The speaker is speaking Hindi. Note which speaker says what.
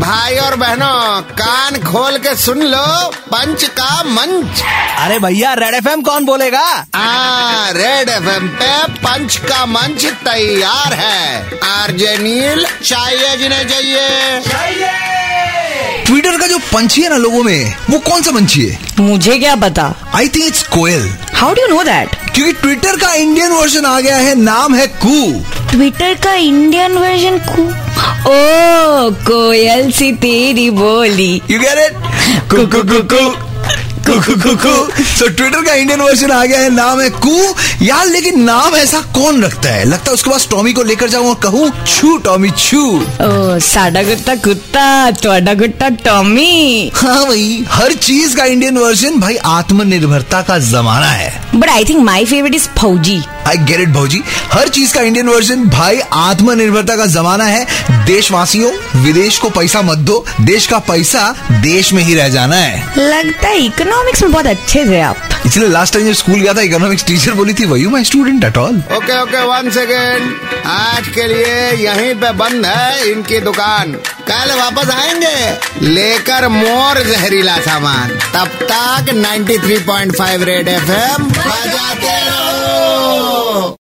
Speaker 1: भाई और बहनों कान खोल के सुन लो पंच का मंच
Speaker 2: अरे भैया रेड एफ कौन बोलेगा
Speaker 1: आ, हाँ, रेड एफ पे पंच का मंच तैयार है आरजे नील चाहिए जिन्हें चाहिए
Speaker 2: ट्विटर का जो पंछी है ना लोगों में वो कौन सा पंछी है
Speaker 3: मुझे क्या पता
Speaker 2: आई थिंक इट्स कोयल
Speaker 3: हाउ डू नो दैट
Speaker 2: क्योंकि ट्विटर का इंडियन वर्जन आ गया है नाम है कू
Speaker 3: ट्विटर का इंडियन वर्जन को ओ कोयल सी तेरी बोली
Speaker 2: you get it Koo Koo Koo Koo Koo Koo Koo Koo so Twitter का इंडियन वर्जन आ गया है नाम है कू यार लेकिन नाम ऐसा कौन रखता है लगता है उसके पास टॉमी को लेकर जाऊं और कहूं छू टॉमी छू
Speaker 3: ओ साडा गुट्टा कुत्ता तोडा गुट्टा टॉमी
Speaker 2: हाँ भाई हर चीज का इंडियन वर्जन भाई आत्मनिर्भरता का जमाना है
Speaker 3: but I think my favourite is Fauji
Speaker 2: I get it भाजी हर चीज का इंडियन वर्जन भाई आत्मनिर्भरता का जमाना है देशवासियों विदेश को पैसा मत दो देश का पैसा देश में ही रह जाना है
Speaker 3: लगता है इकोनॉमिक्स में बहुत अच्छे थे आप
Speaker 2: इसलिए लास्ट टाइम जब स्कूल गया था इकोनॉमिक्स टीचर बोली थी वही my student at all
Speaker 1: okay okay one second आज के लिए यहीं पे बंद है इनकी दुकान कल वापस आएंगे लेकर मोर जहरीला सामान तब तक 93.5 रेड एफ एम बजाते रहो